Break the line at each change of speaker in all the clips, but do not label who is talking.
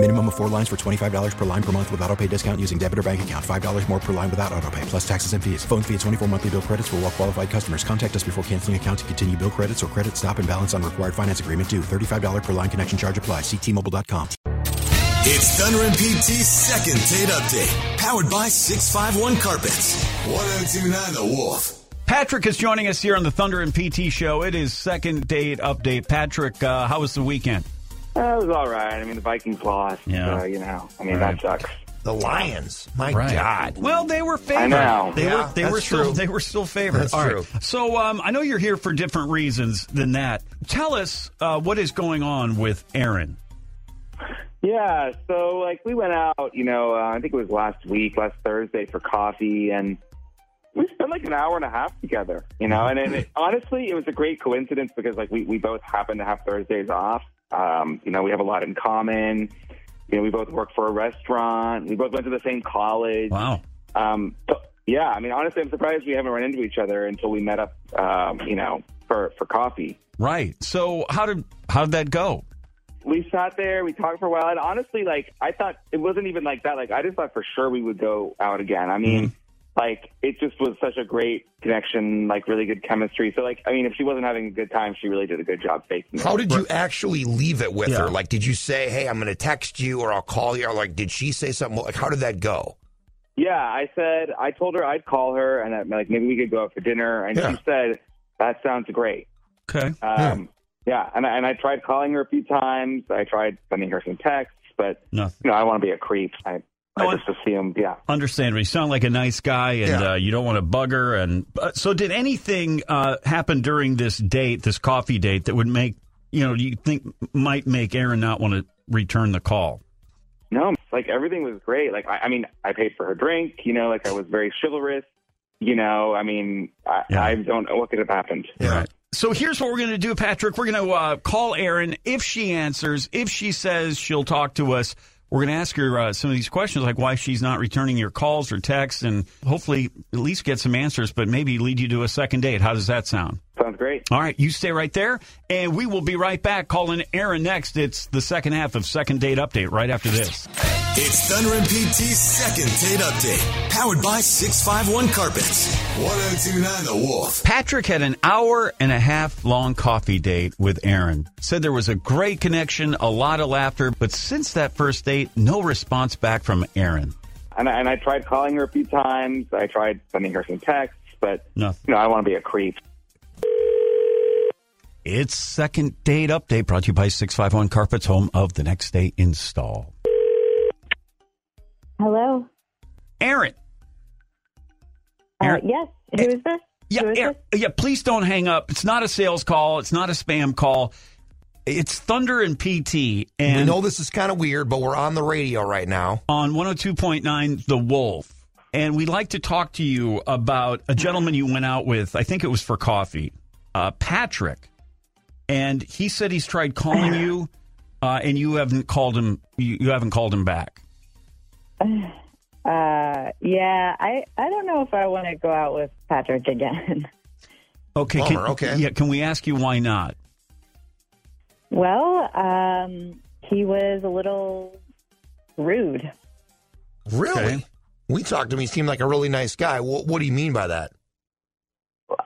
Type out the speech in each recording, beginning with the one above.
Minimum of four lines for $25 per line per month with auto pay discount using debit or bank account. $5 more per line without auto pay, plus taxes and fees. Phone fee at 24 monthly bill credits for all well qualified customers. Contact us before canceling account to continue bill credits or credit stop and balance on required finance agreement due. $35 per line connection charge apply. Ctmobile.com.
It's Thunder and PT's second Tate update, powered by 651 Carpets. 1029 The Wolf.
Patrick is joining us here on the Thunder and PT show. It is second date update. Patrick, uh, how was the weekend?
Uh, it was all right. I mean, the Vikings lost.
Yeah.
So, you know, I mean,
Right.
that sucks.
The Lions. My
Right.
God.
Well, they were favored.
I know.
They
Yeah,
were they
that's
were still
true.
they were still favored.
That's
All right.
true.
So um, I know you're here for different reasons than that. Tell us uh, what is going on with Aaron.
Yeah. So, like, we went out, you know, uh, I think it was last week, last Thursday for coffee, and we spent like an hour and a half together, you know, and, and it, honestly, it was a great coincidence because, like, we, we both happen to have Thursdays off. Um, you know, we have a lot in common. You know, we both work for a restaurant. We both went to the same college.
Wow.
Um, so, yeah, I mean, honestly, I'm surprised we haven't run into each other until we met up, um, you know, for, for coffee.
Right. So how did how did that go?
We sat there, we talked for a while, and honestly, like, I thought it wasn't even like that. Like, I just thought for sure we would go out again. I mean, like, it just was such a great connection, like, really good chemistry. So, like, I mean, if she wasn't having a good time, she really did a good job faking it.
How did you actually leave it with her? Like, did you say, hey, I'm going to text you or I'll call you? Or, like, did she say something? Like, how did that go?
Yeah, I said, I told her I'd call her and that, like, maybe we could go out for dinner. And
Yeah.
she said, that sounds great.
Okay.
Um, yeah. and I, and I tried calling her a few times. I tried sending her some texts, but
Nothing.
you know, I want to be a creep. I,
No, I-
I just assumed, yeah.
Understandable. You sound like a nice guy, and
Yeah.
uh, you don't want to bug her. And uh, so, did anything uh, happen during this date, this coffee date, that would make you know you think might make Aaron not want to return the call?
No, like everything was great. Like, I, I mean, I paid for her drink. You know, like I was very chivalrous. You know, I mean, I,
Yeah.
I don't know what could have happened.
Right. So here's what we're going to do, Patrick. We're going to uh, call Erin. If she answers, if she says she'll talk to us, we're going to ask her uh, some of these questions, like why she's not returning your calls or texts, and hopefully at least get some answers, but maybe lead you to a second date. How does that sound?
Sounds great.
All right, you stay right there, and we will be right back calling Aaron next. It's the second half of Second Date Update right after this.
It's Thunder and PT's second Tate update, powered by 651 Carpets. 1029 The Wolf.
Patrick had an hour and a half long coffee date with Aaron. Said there was a great connection, a lot of laughter, but since that first date, no response back from Aaron.
And I, and I tried calling her a few times. I tried sending her some texts, but
Nothing.
you know, I want to be a creep.
It's second date update brought to you by 651 Carpets, home of the next day install.
Hello.
Aaron.
Uh,
Aaron-
yes. Who is this?
Yeah,
Who is
Aaron,
this?
yeah, please don't hang up. It's not a sales call, it's not a spam call. It's Thunder and PT
We
and
know this is kind of weird, but we're on the radio right now.
on 102.9 The Wolf. And we'd like to talk to you about a gentleman you went out with. I think it was for coffee, uh, Patrick. And he said he's tried calling you, uh, and you haven't called him. You, you haven't called him back.
Uh, yeah, I, I don't know if I want to go out with Patrick again.
Okay.
Bummer,
can,
okay.
Yeah. Can we ask you why not?
well, um, he was a little rude.
Really?
Okay.
We talked to him. He seemed like a really nice guy. What, what do you mean by that?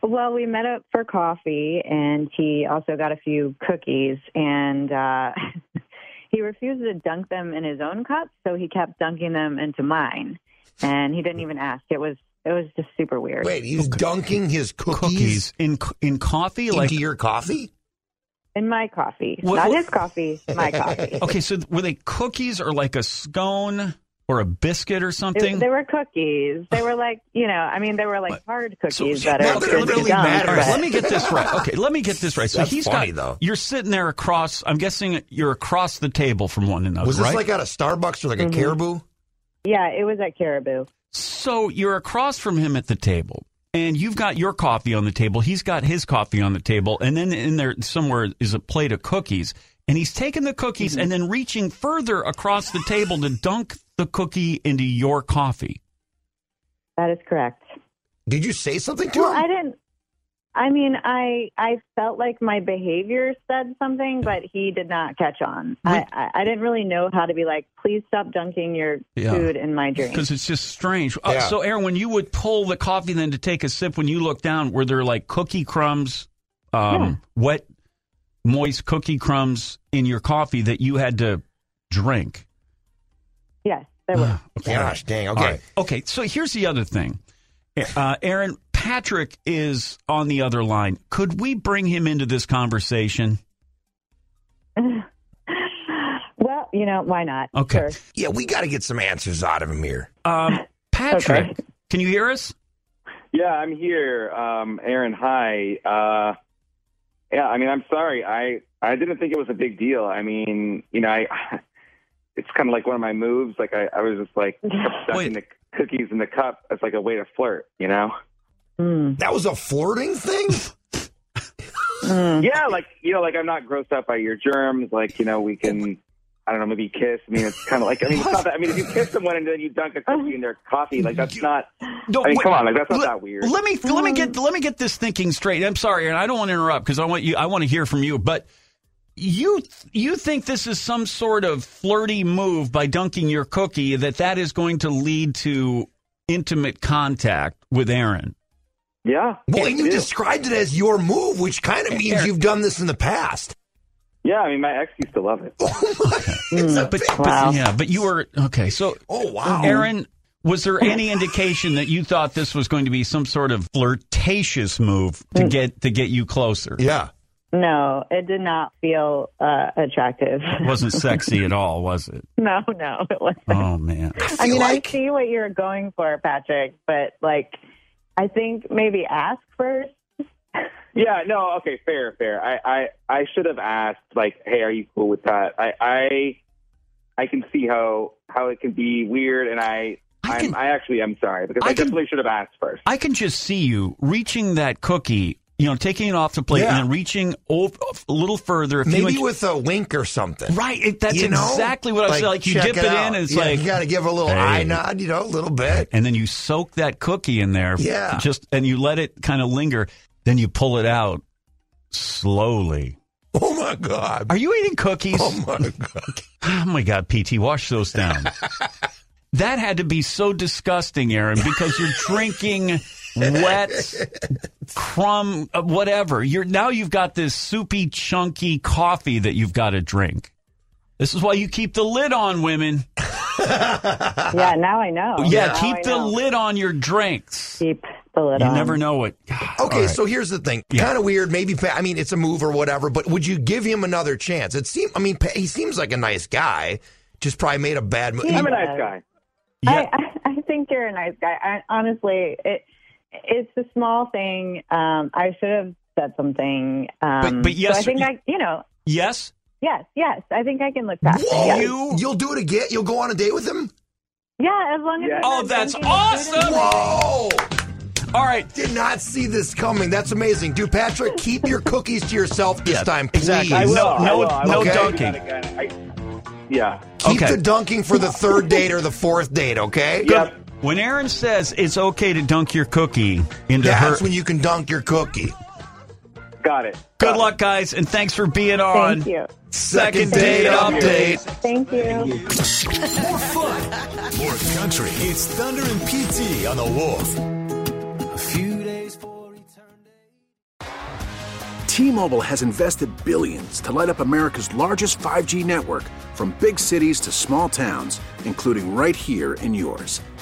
Well, we met up for coffee, and he also got a few cookies, and uh, he refused to dunk them in his own cup, so he kept dunking them into mine, and he didn't even ask. It was it was just super weird.
Wait, he was dunking his cookies,
Cookies in in coffee,
into
like
your coffee?
In my coffee,
What-
not
what-
his coffee, my coffee.
okay. So were they cookies or like a scone or a biscuit or
It-
something?
They were cookies. They were like, you know, I mean, they were like hard cookies that
not
are
that it
good to
really
dunk,
matters.
All right,
but-
let me get this right. Okay, let me get this right. So
That's
he's
funny,
got
though.
you're sitting there across. I'm guessing you're across the table from one another,
Was this
right?
like at a Starbucks or like a Caribou?
Mm-hmm. Yeah, it was at Caribou.
so you're across from him at the table, and you've got your coffee on the table. He's got his coffee on the table, and then in there somewhere is a plate of cookies. and he's taking the cookies and then reaching further across the table to dunk the cookie into your coffee.
That is correct.
Did you say something to
Well,
him?
I didn't. I mean, I I felt like my behavior said something, but he did not catch on. I, I I didn't really know how to be like, please stop dunking your
Yeah.
food in my drink.
Because it's just strange. Uh,
Yeah.
so, Aaron, when you would pull the coffee then to take a sip, when you look down, were there like cookie crumbs, um,
Hmm.
wet, moist cookie crumbs in your coffee that you had to drink? Ah,
Yes, there was.
Gosh, dang. Okay.
All right. Okay. So here's the other thing, uh, Aaron. Patrick is on the other line. Could we bring him into this conversation?
Well, you know why not?
Okay.
Sure.
Yeah, we got to get some answers out of him here.
Um, Patrick,
Okay.
can you hear us?
Yeah, I'm here, um, Aaron. Hi. Uh, yeah, I mean, I'm sorry. I I didn't think it was a big deal. I mean, you know, I it's kind of like one of my moves. Like I, I was just like kept
Wait.
stuffing the cookies in the cup as like a way to flirt. You know?
That was a flirting thing?
Yeah, like you know, like I'm not grossed out by your germs. Like you know, we can. I don't know, maybe kiss. I mean, it's kind of like I mean, it's not that, I mean, if you kiss someone and then you dunk a cookie in their coffee, like that's not.
Oh, No,
I mean,
wait.
come on, like that's not
let,
that weird.
Let me let me get let me get this thinking straight. I'm sorry, and I don't want to interrupt because I want you. I want to hear from you. But you you think this is some sort of flirty move by dunking your cookie that that is going to lead to intimate contact with Aaron?
Yeah.
Well,
I
and you
do.
described it as your move, which kind of means you've done this in the past.
Yeah, I mean, my ex used to love it.
It's a big-
Wow.
But, yeah, but you were okay. So,
Oh, wow.
Aaron. Was there any indication that you thought this was going to be some sort of flirtatious move to get to get you closer?
Yeah.
No, it did not feel uh, attractive.
It wasn't sexy at all, was it?
no, no, it wasn't.
Oh man.
I mean,
like-
I see what you're going for, Patrick, but like, I think maybe ask first.
Yeah, no, okay, fair, fair. I, I, I should have asked, like, hey, are you cool with that? I, I, I can see how how it can be weird, and I,
I
I,
can-
am I actually am sorry because
I
I,
can-
definitely should have asked first.
I can just see you reaching that cookie, you know, taking it off the plate and
Yeah.
then reaching o- a little further. If you
Maybe
int-
with a wink or something.
right, it, that's
You know?
exactly what I said. Like you
check
dip it, in,
out.
and it's
Yeah,
like,
you got to give a little
Hey.
eye nod, you know, a little bit.
and then you soak that cookie in there,
Yeah.
just and you let it kind of linger. Then you pull it out slowly.
Oh my god.
Are you eating cookies?
Oh my god.
Oh my God, PT, wash those down. that had to be so disgusting, Aaron, because you're drinking wet crumb, uh, whatever. You're now you've got this soupy, chunky coffee that you've got to drink. This is why you keep the lid on, women.
yeah, now I know.
Oh, yeah,
Now I
keep the
know.
lid on your drinks.
Keep the lid
you
on.
never know what.
Okay, so here's the thing.
Yeah.
Kind of weird. Maybe Pa- I mean it's a move or whatever, but would you give him another chance? It seem I mean Pa- he seems like a nice guy. Just probably made a bad move.
I'm a nice guy.
yeah,
I, I, I think you're a nice guy. I, honestly, it it's a small thing. Um, I should have said something. Um,
But- but yes,
so I think
you-
I, you know,
yes.
yes, yes, I think I can look back.
Whoa!
Yeah.
You, you'll do it again? You'll go on a date with him?
yeah, as long as
Yeah.
I'm
Oh,
not
that's
drinking and food
awesome!
in my-
Whoa!
All right.
Did not see this coming. That's amazing. Do Patrick, keep your cookies to yourself this
Yeah,
time, please.
exactly.
I will.
No-
I
no-
will, I
no
will.
dunking.
I- yeah.
Keep
Okay.
the dunking for the third date or the fourth date, okay?
Yep.
When Aaron says it's okay to dunk your cookie into her,
That's when you can dunk your cookie.
Got it.
Good luck, guys, and thanks for being on.
Thank you.
Second
date
date
update.
update.
Thank you.
More country. It's Thunder and PT on the Wolf.
T-Mobile has invested billions to light up America's largest 5G network from big cities to small towns, including right here in yours.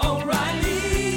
O'Reilly.